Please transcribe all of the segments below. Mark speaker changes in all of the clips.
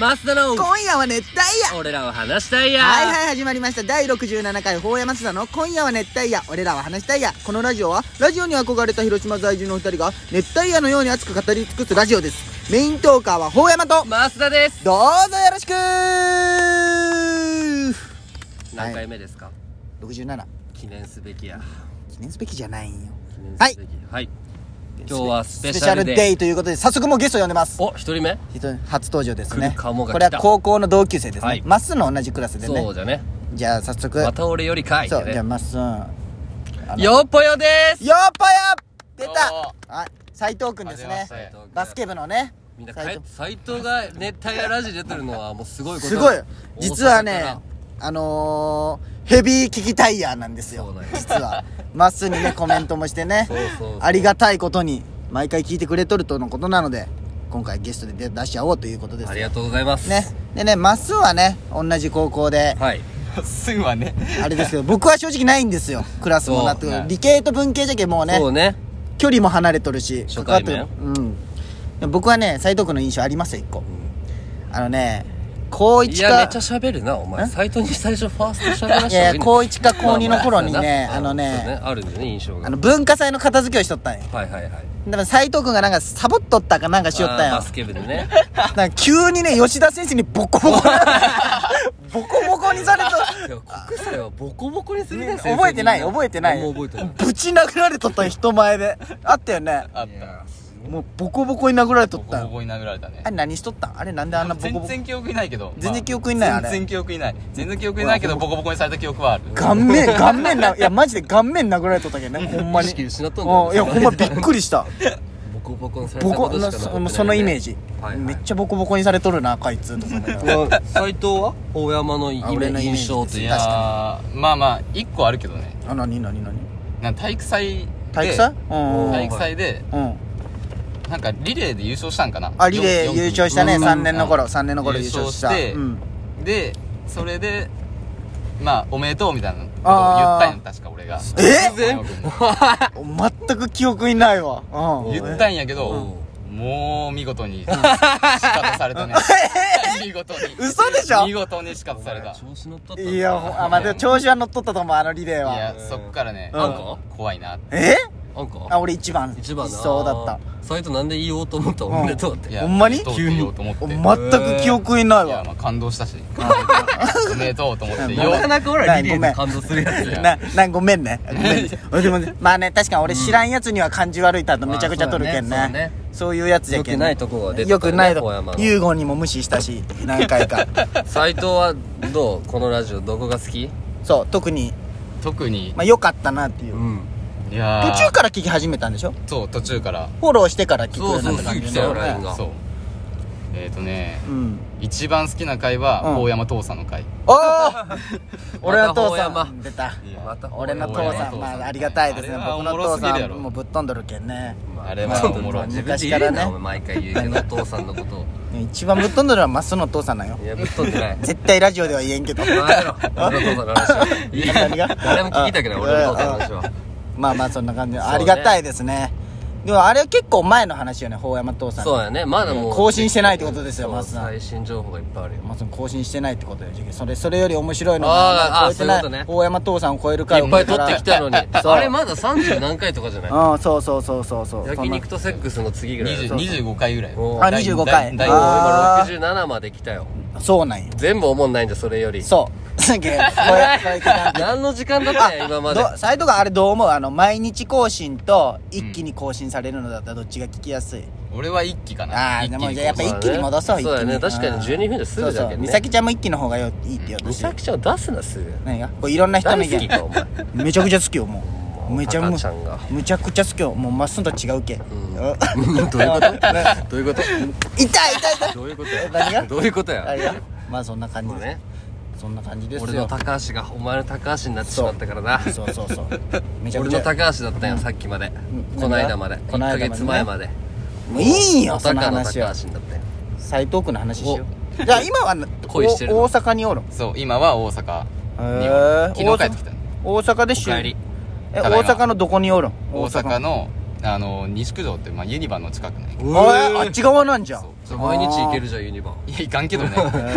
Speaker 1: マスダの
Speaker 2: 今夜は熱帯夜
Speaker 1: 俺らを話したいや
Speaker 2: はいはい始まりました第67回法山津田の「今夜は熱帯夜俺らは話したいや」このラジオはラジオに憧れた広島在住のお二人が熱帯夜のように熱く語り尽くすラジオですメイントーカーは法山と
Speaker 1: マスダです
Speaker 2: どうぞよろしく
Speaker 1: 何回目ですか、
Speaker 2: 67
Speaker 1: 記念すべきや
Speaker 2: 記念すべきじゃないんよ
Speaker 1: 記念すべきはい、今日はスペシャルデー
Speaker 2: デイということで早速もうゲスト呼んでます
Speaker 1: お一人目
Speaker 2: 人初登場ですね
Speaker 1: 来るかもが来た
Speaker 2: これは高校の同級生です
Speaker 1: は
Speaker 2: ね
Speaker 1: い
Speaker 2: まっすーの同じクラスで
Speaker 1: そ
Speaker 2: ね
Speaker 1: うじゃね
Speaker 2: じゃあ早速
Speaker 1: また俺よりかい、ね、
Speaker 2: そうじゃあまっすーあの
Speaker 1: よっぽよです
Speaker 2: よっぽよ出た
Speaker 3: お
Speaker 2: あ斉藤君です
Speaker 3: は
Speaker 2: ね
Speaker 3: じめまして
Speaker 2: バスケ部のね
Speaker 1: みんな
Speaker 2: 斉
Speaker 1: 斎
Speaker 2: 藤
Speaker 1: 斉藤が熱帯夜ラジオ出てるのはもうすごいこと
Speaker 2: すごい
Speaker 1: 大阪から
Speaker 2: 実はねあのー、ヘビーキキタイヤーなんです
Speaker 1: そ
Speaker 2: よ
Speaker 1: うなんよ
Speaker 2: 実はまっすーに ねコメントもしてね
Speaker 1: そうそうそう
Speaker 2: ありがたいことに毎回聞いてくれとるとのことなので今回ゲストで出出しちゃおうということです
Speaker 1: ありがとうございます
Speaker 2: ねでねまっすーはね同じ高校で
Speaker 1: はい
Speaker 3: すぐはね
Speaker 2: あれですけ ど僕は正直ないんですよクラスもなってくる
Speaker 3: そうね
Speaker 2: 理系と文系じゃけもうね
Speaker 1: そうね
Speaker 2: 距離も離れとるし
Speaker 1: 初対面
Speaker 2: 関わってるうんでも僕はね斉藤君の印象ありますよ一個、あのね高
Speaker 1: い
Speaker 2: 一
Speaker 1: やめっ
Speaker 2: か
Speaker 1: ちゃ喋るなお前
Speaker 2: ん
Speaker 1: 斎藤に最初ファースト
Speaker 2: い
Speaker 1: 喋らせた方が
Speaker 2: や
Speaker 1: い
Speaker 2: い
Speaker 1: い
Speaker 2: や
Speaker 1: の
Speaker 2: 高一か高二の頃にね
Speaker 1: ま
Speaker 2: あ
Speaker 1: ま
Speaker 2: の
Speaker 1: そうね
Speaker 2: ね
Speaker 1: あるんだよね印象
Speaker 2: あ
Speaker 1: が
Speaker 2: の文化祭の片付けをしとったんよ
Speaker 1: はいはいはい
Speaker 2: でも斉藤君がなんかサボっとったかなんかしよったん
Speaker 1: あー
Speaker 2: よ
Speaker 1: バスケ部 でね
Speaker 2: なんか急にね吉田先生にボコボコ ボコボコにされと
Speaker 1: いや国際はボコボコにするね先生
Speaker 2: 覚えてない覚えてない
Speaker 1: もう覚えてない
Speaker 2: ぶち殴られとったん人前であったよね
Speaker 3: あっ
Speaker 1: いや
Speaker 3: た
Speaker 2: もうボコボコに殴られと
Speaker 3: ボ
Speaker 2: っ
Speaker 3: コ
Speaker 2: たん
Speaker 3: ボコに殴られたね
Speaker 2: あれ何しとったんあれなんであんなボコ
Speaker 3: 全
Speaker 2: ボコ
Speaker 3: 然記憶にないけど
Speaker 2: 全然記憶に
Speaker 3: に
Speaker 2: ないあれ
Speaker 3: 全然記憶にない全然記憶にないけどボコボコにされた記憶はある
Speaker 2: 顔面顔面ないやマジで顔面殴られとったけどねほんまに
Speaker 1: 意識失っとんだよ
Speaker 2: うんいやほんまびっくりした
Speaker 1: ボコボコにされ
Speaker 2: ボ
Speaker 1: た こ
Speaker 2: コ
Speaker 1: としか
Speaker 2: な
Speaker 1: 残っ
Speaker 2: そ
Speaker 1: てないね
Speaker 2: そのイメージ、
Speaker 1: はいはい
Speaker 2: めっちゃボコボコにされとるなあいつとか思いながら
Speaker 1: あ斎藤は大山のイ
Speaker 2: あ俺の
Speaker 1: メ
Speaker 2: イメージ
Speaker 1: 印象と
Speaker 2: い
Speaker 1: い
Speaker 3: いう
Speaker 2: や
Speaker 3: や
Speaker 1: か
Speaker 3: まあまあ一個あるけどね
Speaker 2: あ何何何
Speaker 3: なんか体育祭で
Speaker 2: 体育祭うん
Speaker 3: 体育祭で
Speaker 2: うん
Speaker 3: なんかリレーで優勝したんかな
Speaker 2: あリレー
Speaker 3: よ
Speaker 2: 優勝したね
Speaker 1: うん
Speaker 2: 3年の頃3年の頃優勝した
Speaker 3: 優勝して
Speaker 2: うん、
Speaker 3: でそれでまあおめでとうみたいなことを言ったんやん確か俺が
Speaker 2: え
Speaker 1: 突然
Speaker 2: 全く記憶にないわ、うん、
Speaker 3: 言ったんやけどもう見 事に仕方されたね見事に
Speaker 2: 嘘でしょ
Speaker 3: 見事に仕方された
Speaker 1: 調子乗っとったない
Speaker 2: やほんあまあでも調子は乗っとったと思うあのリレーはい
Speaker 3: やそっからね
Speaker 2: うん
Speaker 1: なんか
Speaker 3: 怖いな
Speaker 2: え
Speaker 1: なんか
Speaker 2: あ俺一番
Speaker 1: 一番な
Speaker 2: そうだった
Speaker 1: 斎藤なんで言おうと思った
Speaker 2: ん
Speaker 1: おめでとうって
Speaker 3: いや
Speaker 2: ほんまに
Speaker 3: どう言おうと思って
Speaker 2: お
Speaker 3: い
Speaker 2: 全く記憶にない
Speaker 3: や
Speaker 2: わ
Speaker 3: まあ感動し たしおめでとうと思って
Speaker 2: な
Speaker 3: よ
Speaker 1: なかなかほ
Speaker 2: な
Speaker 1: らリ
Speaker 2: ご
Speaker 1: レー
Speaker 2: め
Speaker 1: で
Speaker 2: ん
Speaker 1: 感動するやつや
Speaker 2: な、な、ごめんね。ごめんね。でもね、まあね、確かに俺知らんやつには感じ悪いたとめちゃくちゃ取るけん
Speaker 1: まあそうだね
Speaker 2: ね。そういうやつじゃけんね。
Speaker 1: 良くないとこが出てた
Speaker 2: よ
Speaker 1: よね
Speaker 2: くないと
Speaker 1: 小山
Speaker 2: こ。
Speaker 1: の
Speaker 2: ユーゴにも無視したし、何回 か。
Speaker 1: 斎藤はどうこのラジオどこが好き
Speaker 2: そう、特に、
Speaker 3: 特に
Speaker 2: まあ良かったなっていう。
Speaker 1: ん
Speaker 3: いや
Speaker 2: 途
Speaker 3: ー
Speaker 2: 中から聞き始めたんでしょ
Speaker 3: そう途中から
Speaker 2: フォローしてから聞くようになった
Speaker 1: そうそう
Speaker 2: 感じ
Speaker 1: すぐ来
Speaker 2: だ
Speaker 1: た
Speaker 2: よ
Speaker 1: よライン
Speaker 2: ね。
Speaker 1: が
Speaker 3: そうえっとね
Speaker 2: うん。
Speaker 3: 一番好きな回
Speaker 2: うん
Speaker 3: は大山父さんの回
Speaker 2: おー 俺の父さ
Speaker 1: また大山
Speaker 2: ん、出た。
Speaker 1: また
Speaker 2: 俺の父さん、まあありがたいですね。
Speaker 3: あれは
Speaker 2: 僕
Speaker 3: お
Speaker 2: の
Speaker 3: もろ
Speaker 2: 父
Speaker 3: すぎる
Speaker 2: さ
Speaker 3: や
Speaker 2: ん
Speaker 3: ろ
Speaker 2: もぶっ飛んどるけんね。
Speaker 1: ま
Speaker 3: あれはおもろい
Speaker 1: 自分で言えなお前毎回言うけど父さんのこと
Speaker 2: 一番ぶっ飛んどるのはマスの父さんなんよ
Speaker 1: い。やぶっ飛んでない
Speaker 2: 絶対ラジオでは言えんけど。
Speaker 1: やめろ俺の父さんの話はい
Speaker 2: い 何が
Speaker 1: 誰も聞きたくない俺の父さんの話
Speaker 2: あ
Speaker 1: は
Speaker 2: まあまあそんな感じで
Speaker 1: そうね
Speaker 2: ありがたいですねでもあれは結構前の話よね法山父さん
Speaker 1: そうやねまだもう
Speaker 2: 更新してないってことですよ
Speaker 1: そう
Speaker 2: マスさん
Speaker 1: 最新情報がいっぱいあるよ
Speaker 2: まあその更新してないってことよそれそれより面白いの
Speaker 1: あー
Speaker 2: が
Speaker 1: あー
Speaker 2: 超えてない
Speaker 1: そういうことね
Speaker 2: 法山父さんを超える回
Speaker 1: いっぱい取ってきたのに
Speaker 2: そう
Speaker 1: あれまだ30何回とかじゃない
Speaker 2: うんそうそうそうそうそう
Speaker 1: 焼肉とセックスの次ぐらい
Speaker 3: 20 25回ぐらい
Speaker 1: もう
Speaker 2: あ25回
Speaker 3: 第
Speaker 2: あ
Speaker 3: 第
Speaker 1: 今67まで来たよ
Speaker 2: そんなそうなんよ
Speaker 1: 全部おもんないんだそれより
Speaker 2: そう す げえこれこれ聞かんと
Speaker 1: 何の時間だったんや今まで
Speaker 2: どサイトがあれどう思うあの毎日更新と一気に更新されるのだったらどっちが聞きやすい、
Speaker 3: 俺は一期かな
Speaker 2: ああ
Speaker 3: 一
Speaker 2: で
Speaker 3: 期
Speaker 2: も
Speaker 3: に
Speaker 2: じゃあやっぱ一気に戻そう一気に
Speaker 1: そうだね確かに12分ですぐだけどね
Speaker 2: そうそう美咲ちゃんも一気の方がよいいってよ
Speaker 1: 美咲ちゃんを出すなすぐ
Speaker 2: 何がこういろんな人の
Speaker 1: 大
Speaker 2: 意
Speaker 1: 好き
Speaker 2: 見
Speaker 1: かお前
Speaker 2: めちゃくちゃ好きよもう
Speaker 1: もう
Speaker 2: めちゃ
Speaker 1: タ
Speaker 2: む
Speaker 1: カちゃ んが
Speaker 2: むちゃくちゃ好きよもうまっすんと違うけ、
Speaker 1: うん どういうこと どういうこと
Speaker 2: 痛い痛い痛い
Speaker 1: どういうこと
Speaker 2: え 何が
Speaker 1: やどういうこと
Speaker 2: あ
Speaker 1: や
Speaker 2: れがまあそんな感じで
Speaker 1: もう
Speaker 2: す、
Speaker 1: ね
Speaker 2: そんな感じですよ
Speaker 1: 俺の高橋がお前の高橋になってしまったからな
Speaker 2: そうそう そうめちゃ
Speaker 1: 俺
Speaker 2: くちゃ
Speaker 1: の高橋だったんよさっきまで
Speaker 2: ん
Speaker 1: この間まで
Speaker 2: この間ま
Speaker 1: 1ヶ
Speaker 2: でね
Speaker 1: 月前まで
Speaker 2: もういいんよ
Speaker 1: お
Speaker 2: その
Speaker 1: 高の高
Speaker 2: 話
Speaker 1: 橋にな
Speaker 2: は
Speaker 1: ったよ
Speaker 2: 斎藤君の話しよういや今はな
Speaker 1: 恋してる
Speaker 2: お
Speaker 1: の
Speaker 2: 大阪におるん
Speaker 3: そう今は大阪
Speaker 2: へ
Speaker 3: に
Speaker 2: ー
Speaker 3: 昨日帰ってきた
Speaker 2: 大阪で
Speaker 1: お
Speaker 2: し
Speaker 1: かえり
Speaker 2: え
Speaker 3: ただ
Speaker 2: 大
Speaker 3: いま
Speaker 2: 阪のどこにおるん
Speaker 3: 大阪のあの西九条ってまあユニバの近くね
Speaker 2: ああっち側なんじゃん
Speaker 3: そう
Speaker 1: それ毎日行けるじゃんユニバ
Speaker 3: いやいかんけどね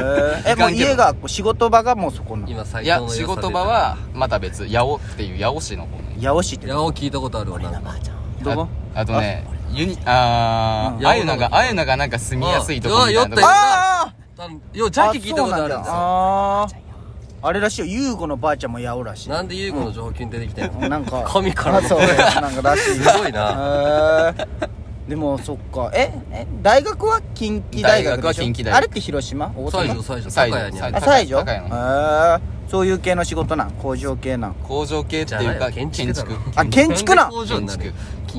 Speaker 2: えもう家がこう仕事場がもうそこの
Speaker 1: 今最
Speaker 3: い
Speaker 1: 高の
Speaker 3: や
Speaker 1: 良さ
Speaker 3: 仕
Speaker 1: 出てる
Speaker 3: 事場はまた別八尾っていう八尾市の方ね
Speaker 2: 八尾市って
Speaker 1: いやお聞いたことあるわなんか
Speaker 2: ばあちゃんどこ
Speaker 3: ああとねユニあ
Speaker 1: うん
Speaker 3: ーあゆながあゆながなんか住みやすいとこみたいなとこ
Speaker 2: あ
Speaker 1: あ多分ようジャケ聞いたことある
Speaker 2: あそうな
Speaker 1: んですよ
Speaker 2: んだあーあれらしいよ優子のばあちゃんも八尾らしい
Speaker 1: なんで優子の情報急に出てきてんの
Speaker 2: なんか
Speaker 1: 神から
Speaker 2: あ
Speaker 1: の
Speaker 2: そうなんからしい
Speaker 1: すごいな
Speaker 2: へーでもそっかええ大学は近畿大学でしょ
Speaker 3: 大学は近畿大学
Speaker 2: あれって広島大
Speaker 1: 西条
Speaker 2: 阪
Speaker 1: 西条
Speaker 3: 西条
Speaker 1: 高谷にある
Speaker 2: あ西条
Speaker 3: 高山
Speaker 2: へーそういう系の仕事なん工場系なん
Speaker 3: 工場系って
Speaker 1: じゃ
Speaker 3: いう
Speaker 1: な
Speaker 3: か
Speaker 1: い建
Speaker 3: 建
Speaker 1: 築だ
Speaker 3: 築
Speaker 1: ろ
Speaker 2: あ建築なん
Speaker 1: 工場になるよ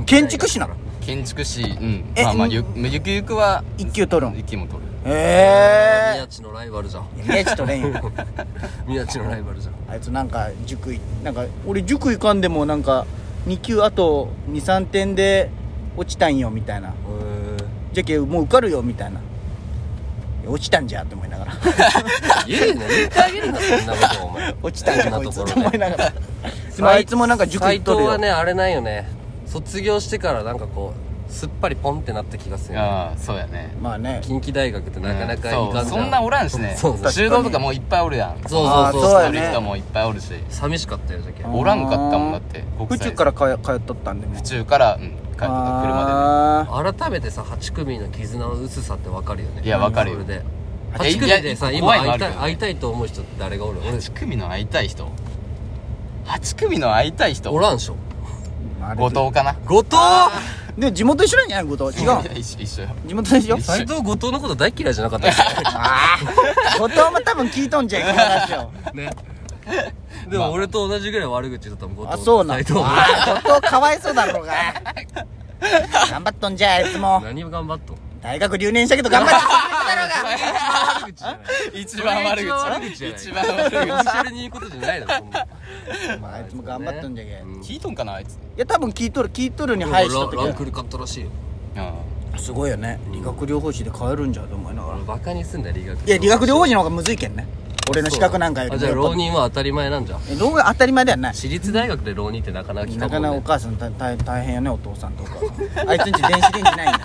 Speaker 2: 建築士なの
Speaker 3: 建築士うん
Speaker 2: え
Speaker 3: まあまあ
Speaker 2: うん
Speaker 3: ゆゆくゆくは
Speaker 2: 一級取るんへ
Speaker 3: 息も取る
Speaker 2: え
Speaker 1: 宮地のライバルじゃん
Speaker 2: 宮地取れんよ
Speaker 1: 宮地のライバルじゃん
Speaker 2: あいつなんか塾いなんか俺塾行かんでもなんか2級あと23点で落ちたんよみたいなじゃけもう受かるよみたいないや落ちたんじゃって思いながら
Speaker 1: 言うな言ってあげるなそんなことお前
Speaker 2: 落ちたんじゃ
Speaker 1: そ
Speaker 2: こい
Speaker 1: な
Speaker 2: つ
Speaker 1: と
Speaker 2: っ
Speaker 1: こ
Speaker 2: て
Speaker 1: ろ
Speaker 2: 思い
Speaker 1: で
Speaker 2: ながら でもあいつもなんか塾行
Speaker 1: 斎
Speaker 2: っ
Speaker 1: 藤
Speaker 2: とる
Speaker 1: は
Speaker 2: よ、
Speaker 1: ねあれなんよね卒業してからなんかこうすっぱりポンってなった気がするよね
Speaker 3: ああそうやね
Speaker 2: まあね
Speaker 1: 近畿大学ってなかなかいかんじ
Speaker 3: そ
Speaker 1: ゃ
Speaker 3: うそんなおらんしね
Speaker 1: そうそう
Speaker 3: 修道とかもういっぱいおるやん
Speaker 1: そう
Speaker 2: あー
Speaker 1: そう
Speaker 2: そう
Speaker 1: そ
Speaker 2: や
Speaker 1: う
Speaker 2: ね
Speaker 3: る人もいっぱいおるし
Speaker 1: 寂しかったよじゃけ
Speaker 2: あー
Speaker 3: おらんかったもんだって
Speaker 2: 府中からか通っとったんでも
Speaker 3: 府中からうん帰ってくるま
Speaker 2: あ
Speaker 1: 改めてさ8組の絆の薄さって分かるよね
Speaker 3: いや分かるよ
Speaker 1: それで
Speaker 3: いや
Speaker 1: 8組でさ
Speaker 3: いや
Speaker 1: 今
Speaker 3: 怖いの
Speaker 1: 会
Speaker 3: あ
Speaker 1: い
Speaker 3: る
Speaker 1: た
Speaker 3: よ
Speaker 1: い
Speaker 3: ね
Speaker 1: 会いたいと思う人って誰がおる
Speaker 3: で
Speaker 1: 俺
Speaker 3: 8組の会いたい人8組の会いたい人
Speaker 1: おらんしょ
Speaker 2: ーあれ
Speaker 3: 後藤かな
Speaker 1: 後藤
Speaker 2: でも地元一緒なんじゃない後藤違う
Speaker 3: いや一緒一緒よ
Speaker 2: 地元でしょ
Speaker 3: 一緒
Speaker 1: 斎藤後藤のこと大嫌いじゃなかったっけ
Speaker 2: ああ後藤も多分聞いとんじゃいこの話を
Speaker 1: ね でも俺と同じぐらい悪口言ってたもん後藤
Speaker 2: あそうなん
Speaker 1: 斎藤も
Speaker 2: あー後藤かわいそうだろうが頑張っとんじゃあいつも
Speaker 1: 何を頑張っとん
Speaker 2: 大学留年したけど頑張って
Speaker 1: 悪口じゃない
Speaker 3: 一番悪口
Speaker 1: 一
Speaker 3: 一
Speaker 1: 番
Speaker 3: 番
Speaker 1: 悪口
Speaker 3: 悪
Speaker 1: じゃない
Speaker 3: 口
Speaker 1: 一緒に言うことじゃないのそんな
Speaker 2: まああいつも頑張っとんじゃけ、
Speaker 1: うん
Speaker 2: い
Speaker 1: ん
Speaker 3: 聞いとんかなあいつ
Speaker 2: や多分聞いとる聞いとるに
Speaker 1: でも
Speaker 2: 配しとっ
Speaker 1: ラン
Speaker 2: た
Speaker 1: クル買ったらしいよ
Speaker 3: うん
Speaker 2: けすごいよね理学療法士で変えるんじゃと思いながら
Speaker 1: バカにすんだよ理学
Speaker 2: いや理学療法士の方がむずいけんね俺の資格なんかより
Speaker 1: あ
Speaker 2: も
Speaker 1: じゃあ
Speaker 2: やっぱ
Speaker 1: 浪人は当たり前なんじゃん
Speaker 2: え浪人当たり前ではない
Speaker 1: 私立大学で浪人ってなかなか聞
Speaker 2: な
Speaker 1: か
Speaker 2: か
Speaker 1: ん
Speaker 2: なかお
Speaker 1: もんね
Speaker 2: 母さん大大大変よねお父さんとお母さんあいつんち電子レンジないんだ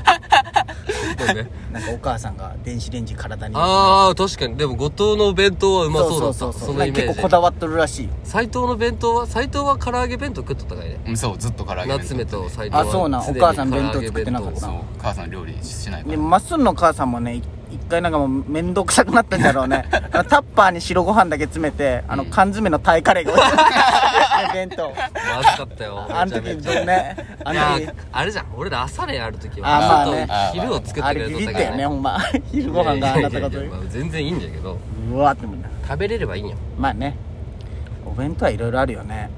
Speaker 1: そうね
Speaker 2: なんかお母さんが電子レンジ体に
Speaker 1: ああ確かにでも後藤の弁当はうまそうだったそ
Speaker 2: そうそうそう
Speaker 1: のイメ
Speaker 2: 結
Speaker 1: ー
Speaker 2: 構こだ
Speaker 1: ジ
Speaker 2: わっとるらしい
Speaker 1: 斎藤の弁当は斎藤は唐揚げ弁当食っとったかいね
Speaker 3: うんそうずっと唐揚げ弁当
Speaker 1: 夏目と斎藤
Speaker 2: あそうな
Speaker 1: は
Speaker 2: ん
Speaker 1: 常に
Speaker 2: お母さん弁当作ってなか
Speaker 1: 唐揚
Speaker 2: っ
Speaker 1: げ弁
Speaker 2: た
Speaker 3: そう母さん料理しないか
Speaker 2: で
Speaker 3: ら
Speaker 2: もまっすんの母さんもねい一回なんかもう面倒くさくなったんだろうねあのタッパーに白ご飯だけ詰めてあの缶詰のタイカレーが置いてある弁当
Speaker 1: 当まずかった よ
Speaker 2: あの時
Speaker 1: めちゃめちゃ
Speaker 2: ねあ
Speaker 1: い
Speaker 2: の
Speaker 1: や
Speaker 2: 時
Speaker 1: あれじゃん俺ら朝練ある時
Speaker 2: あま
Speaker 1: は
Speaker 2: あね
Speaker 1: あ昼を作っ
Speaker 2: あ
Speaker 1: てく
Speaker 2: れ
Speaker 1: れ
Speaker 2: ビ
Speaker 1: とっ
Speaker 2: ビったたよ
Speaker 1: か
Speaker 2: ね
Speaker 1: ら
Speaker 2: ほんま昼ご飯があんなったこと
Speaker 1: いやいやいやいやまあ全然いいんだけど
Speaker 2: うわーって思った
Speaker 1: 食べれればいいんよ
Speaker 2: まあねお弁当はいろいろあるよね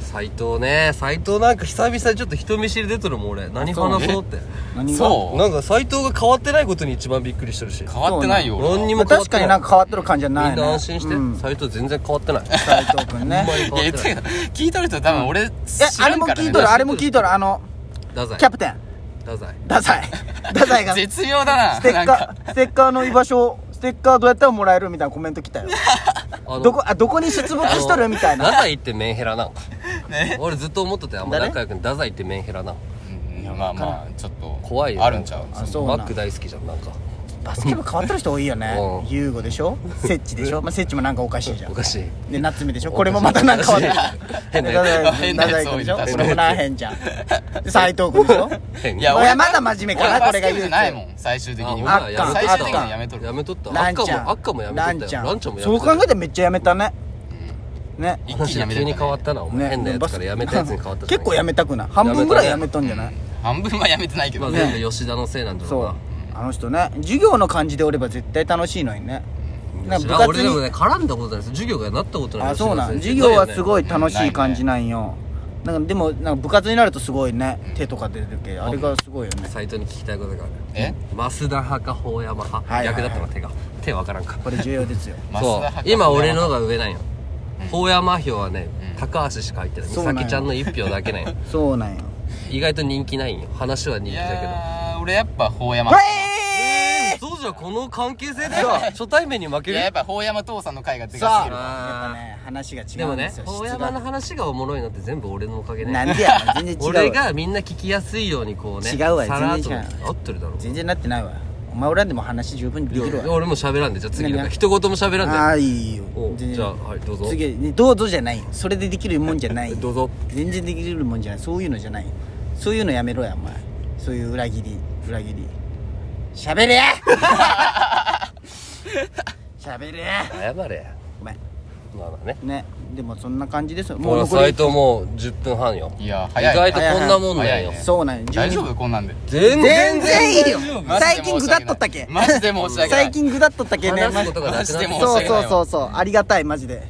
Speaker 1: 斎藤ね斎藤なんか久々にちょっと人見知り出とるもん俺何話そうって
Speaker 2: 何が
Speaker 3: そう
Speaker 1: なんか斎藤が変わってないことに一番びっくりしてるしみ
Speaker 3: 変わってないよ俺は
Speaker 1: 何に
Speaker 2: ま
Speaker 1: も
Speaker 2: あ確かになんか変わってる感じはないね
Speaker 1: んな安心して
Speaker 2: うん
Speaker 1: 斎藤全然変わってないほ
Speaker 2: 斉藤君 ね
Speaker 1: んまに変わ
Speaker 3: いや
Speaker 1: っ
Speaker 3: 言って
Speaker 1: て
Speaker 3: た
Speaker 1: ない
Speaker 3: けど聞いとる人多分俺知
Speaker 2: えあれ
Speaker 3: らん
Speaker 2: も
Speaker 3: からね
Speaker 2: 聞いとるあれも聞いとるあの
Speaker 1: 太宰
Speaker 2: キャプテン
Speaker 1: 太宰
Speaker 2: ダサいダサいがス
Speaker 3: 絶妙だな
Speaker 2: テッカ
Speaker 3: なんか
Speaker 2: ーステッカーの居場所ステッカーどうやったらもらえるみたいなコメント来たよ
Speaker 1: あの
Speaker 2: どこあどこに出没しとるみたい
Speaker 1: 太
Speaker 2: な
Speaker 1: 宰ってメンヘ ラなんか俺ずっと思っとってあんま仲良くない太宰ってメンヘラなん
Speaker 3: うんまあまあちょっと
Speaker 1: 怖いよ
Speaker 3: あるんちゃう
Speaker 2: あそうなん
Speaker 1: マック大好きじゃんなんか
Speaker 2: バスケ部変わってる人多いよね
Speaker 1: うん
Speaker 2: 優吾でしょセッチでしょまあセッチもなんかおかしいじゃ
Speaker 1: お
Speaker 2: ん
Speaker 1: かしい
Speaker 2: で夏目でしょこれもまたなんか悪い
Speaker 1: 変な
Speaker 2: ダ
Speaker 1: や
Speaker 2: サい
Speaker 3: 変な
Speaker 2: ダサ
Speaker 3: や
Speaker 2: い
Speaker 3: つ
Speaker 2: 君で
Speaker 3: 多い
Speaker 2: しょ
Speaker 3: 確か
Speaker 2: これ
Speaker 3: に
Speaker 2: もな変じゃんで斉藤君でしょ
Speaker 1: つ変
Speaker 3: い
Speaker 1: や
Speaker 3: や
Speaker 2: お前
Speaker 3: 俺
Speaker 2: まだ真面目かな
Speaker 3: 俺
Speaker 2: これが
Speaker 3: バス
Speaker 2: 唯
Speaker 3: ケ部
Speaker 2: 一
Speaker 3: じゃないもん最終的に
Speaker 2: あっか
Speaker 3: 最終的には
Speaker 2: あっか
Speaker 3: やめとる
Speaker 1: やめとった
Speaker 2: ラ
Speaker 1: あ
Speaker 2: ン
Speaker 1: っ
Speaker 2: ち
Speaker 1: か
Speaker 2: ゃん
Speaker 1: もあっかもやめ
Speaker 2: ラ
Speaker 1: と
Speaker 2: ンち
Speaker 1: った
Speaker 2: ゃ
Speaker 1: よ
Speaker 2: ん
Speaker 1: ランちゃんもや
Speaker 2: そ
Speaker 1: め
Speaker 2: う
Speaker 1: と
Speaker 2: 考
Speaker 1: っ
Speaker 2: えたらめっちゃやめたねね
Speaker 1: た
Speaker 3: 一
Speaker 1: 話
Speaker 3: 気にや
Speaker 1: が
Speaker 3: め
Speaker 1: 急に変わったなお前
Speaker 2: ね
Speaker 1: 変なやつからやめたやつに変わったじゃん
Speaker 2: 結構やめたくない半分ぐらいやめとんじゃない
Speaker 3: 半分はやめてないけ
Speaker 1: ま
Speaker 3: ど
Speaker 1: あ
Speaker 3: ね
Speaker 1: 全部吉田のせいなんだろう
Speaker 2: そう
Speaker 1: な
Speaker 2: あの人ね授業の感じでおれば絶対楽しいのにねなん
Speaker 1: 知
Speaker 2: から
Speaker 1: ん
Speaker 2: 部活
Speaker 1: 俺でもね
Speaker 2: に
Speaker 1: 絡んだことないです授業がなったことない
Speaker 2: あそうなん
Speaker 1: 吉
Speaker 2: 授
Speaker 1: 田先生
Speaker 2: 業はす
Speaker 1: ひ
Speaker 2: ごい楽しい感じなんよなんかでもなんか部活になるとすごいね手とか出てるけどあれがすごいよ
Speaker 1: どい
Speaker 2: ね
Speaker 1: よね斎藤に聞きたいことがある
Speaker 3: え
Speaker 1: 増田派か法山
Speaker 2: はい
Speaker 1: 派
Speaker 2: はいはい
Speaker 1: 逆だったの手が手わからんか
Speaker 2: これ重要です よ
Speaker 1: そ
Speaker 3: 増
Speaker 1: う
Speaker 3: 田博士
Speaker 1: 今俺の方が上なんよ法山票はね
Speaker 3: うん
Speaker 1: 高橋しか入ってない
Speaker 2: そうな
Speaker 1: 美
Speaker 2: んよ
Speaker 1: 咲ちゃんの一票だ けなんよ
Speaker 2: そうなんよ
Speaker 1: 意外と人気ないんよ話は人
Speaker 3: い
Speaker 1: 気だ
Speaker 3: やー俺やっぱ法山
Speaker 1: け
Speaker 2: え
Speaker 1: どそうじゃこの関係性では初対面に負
Speaker 3: い
Speaker 1: ける
Speaker 3: ややっぱ法山父さんの会がでかすぎるわ
Speaker 2: やっぱ
Speaker 1: あ
Speaker 2: ね話が違
Speaker 1: ーで
Speaker 2: う
Speaker 1: も
Speaker 2: んで
Speaker 1: ね
Speaker 2: すよ
Speaker 1: 法
Speaker 2: 質
Speaker 1: 山の
Speaker 2: が
Speaker 1: 話がおもろいのって全部俺のおかげね
Speaker 2: なんでやねん全然違うわ
Speaker 1: 俺がみんな聞きやすいようにこうね
Speaker 2: 違うわ
Speaker 1: さらっ
Speaker 2: 全
Speaker 1: と
Speaker 2: 然違う
Speaker 1: 合ってるだろ
Speaker 2: 全然なってないわおお前おらんでも話十分できるわ
Speaker 1: 俺も喋らんでじゃあ次なん
Speaker 2: 何
Speaker 1: か一言も喋らんで
Speaker 2: ああいいよ
Speaker 1: お
Speaker 2: 全然
Speaker 1: じゃあはいどうぞ
Speaker 2: 次ねどうぞじゃないよそれでできるもんじゃないよ
Speaker 1: どうぞ
Speaker 2: 全然できるもんじゃないそういうのじゃないそういうのやめろやお前そういう裏切り裏切り喋れ 喋れ
Speaker 1: 謝れや
Speaker 2: お前
Speaker 1: まあまあね
Speaker 2: ねでもそんな感じですよ
Speaker 1: もう
Speaker 2: 残
Speaker 1: 斎
Speaker 2: り
Speaker 1: 藤もう10分半よ
Speaker 3: いや
Speaker 1: 意
Speaker 3: 早い
Speaker 1: 外とこんなもんなんよ
Speaker 3: 早いね
Speaker 2: そうなんよ12
Speaker 3: 大丈夫こんなんで
Speaker 1: 全
Speaker 2: 全然いいよ
Speaker 3: マジで
Speaker 2: 最近
Speaker 3: 申
Speaker 2: ぐ
Speaker 3: し
Speaker 2: だ
Speaker 3: 訳ない
Speaker 2: っとったけ
Speaker 3: マジで申し訳ない
Speaker 2: 最近ぐだっとったけね
Speaker 1: 話すことがなくなって
Speaker 3: マジ
Speaker 2: そう
Speaker 3: で申し訳
Speaker 2: そ
Speaker 3: な
Speaker 2: う
Speaker 3: いわ
Speaker 2: そうそうありがたいマジで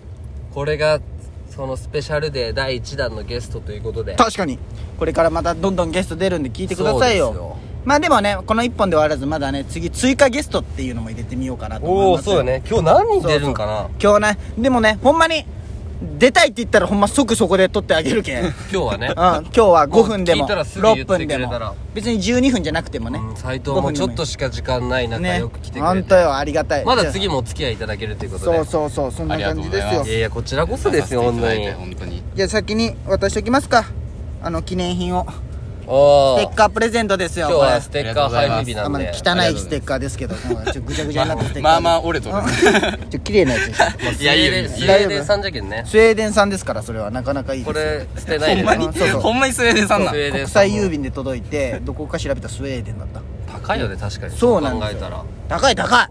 Speaker 1: これがそのスペシャルデー第1弾のゲストということで
Speaker 2: 確かにこれからまたどんどんゲスト出るんで聞いてくださいよ
Speaker 1: そうですよ
Speaker 2: まあでもねこの1本で終わらずまだね次追加ゲストっていうのも入れてみようかなと思
Speaker 1: お
Speaker 2: い
Speaker 1: お
Speaker 2: ます
Speaker 1: そうだね今日何人出るんかな
Speaker 2: 今日ねでもねほんまに出たいって言ったらほんま即そこで撮ってあげる けんうん
Speaker 1: 今日はね
Speaker 2: 今日は5分で
Speaker 1: も
Speaker 2: も
Speaker 1: う聞いたらすぐ
Speaker 2: 6
Speaker 1: 言って
Speaker 2: 分
Speaker 1: くれ
Speaker 2: で
Speaker 1: た
Speaker 2: も
Speaker 1: ら
Speaker 2: 別に12分じゃなくてもね
Speaker 1: 斎藤もちょっとしか時間ない中
Speaker 2: ね
Speaker 1: よく来てく
Speaker 2: ほ
Speaker 1: れ
Speaker 2: ん
Speaker 1: て
Speaker 2: とよありがたい
Speaker 1: まだ次もお付き合いいただけるということ
Speaker 2: そ
Speaker 1: で
Speaker 2: うそうそうそんな感じです
Speaker 3: ありがとうございま
Speaker 2: よ
Speaker 3: す
Speaker 1: いやいやこちらこそですよ本当に
Speaker 3: 本当に
Speaker 2: じゃあ先に渡しておきますかあの記念品を
Speaker 1: お
Speaker 2: ス
Speaker 1: お
Speaker 2: テッカープレゼントですよ
Speaker 1: 今日はス
Speaker 2: こ
Speaker 1: テッカー配布日
Speaker 2: れあ
Speaker 1: なんで
Speaker 2: んまり汚いステッカーですけどもうちょっとぐちゃぐちゃになったステッカー
Speaker 3: まあまあ折れとる
Speaker 2: あ ちょ綺麗なやつでした
Speaker 1: まあ
Speaker 3: いやいや
Speaker 1: スウェーデンスウェ
Speaker 3: いや
Speaker 1: ーデンさんじゃけんね
Speaker 2: スウェーデン産ですからそれはなかなかいいです
Speaker 1: こ
Speaker 2: よ
Speaker 1: れ捨てな
Speaker 3: ほ
Speaker 1: いで
Speaker 3: ん
Speaker 1: ね
Speaker 3: まに
Speaker 2: そうそう
Speaker 3: ほんまにスウェーデンさんなん
Speaker 1: スウェーデン
Speaker 2: 国
Speaker 1: さん
Speaker 2: 際
Speaker 1: も
Speaker 2: 郵便で届いてどこか調べたらスウェーデンだった
Speaker 1: 高いよね確かに
Speaker 2: そうなん
Speaker 1: 考
Speaker 2: です
Speaker 1: え
Speaker 2: よ
Speaker 1: たら
Speaker 2: 高い高い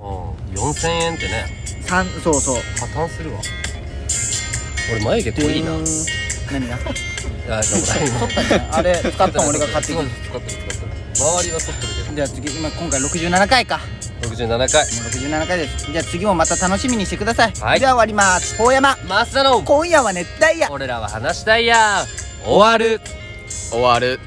Speaker 1: うん4000円ってね
Speaker 2: さんそうそう
Speaker 1: 破綻するわ俺眉毛濃いな
Speaker 2: うーん何が
Speaker 1: あでもない
Speaker 2: 取ったじゃんあれ使ったの俺が買ってき
Speaker 1: すごい使ってる使ってる周りは取ってる
Speaker 2: じゃあ次今今回67回かも
Speaker 1: けど67
Speaker 2: う
Speaker 1: 回
Speaker 2: 67回ですじゃあ次もまた楽しみにしてください、
Speaker 1: はい
Speaker 2: じゃあ終わります大山
Speaker 1: マスダの
Speaker 2: 今夜は熱帯夜
Speaker 1: 俺らは話したいや終わる
Speaker 3: 終わる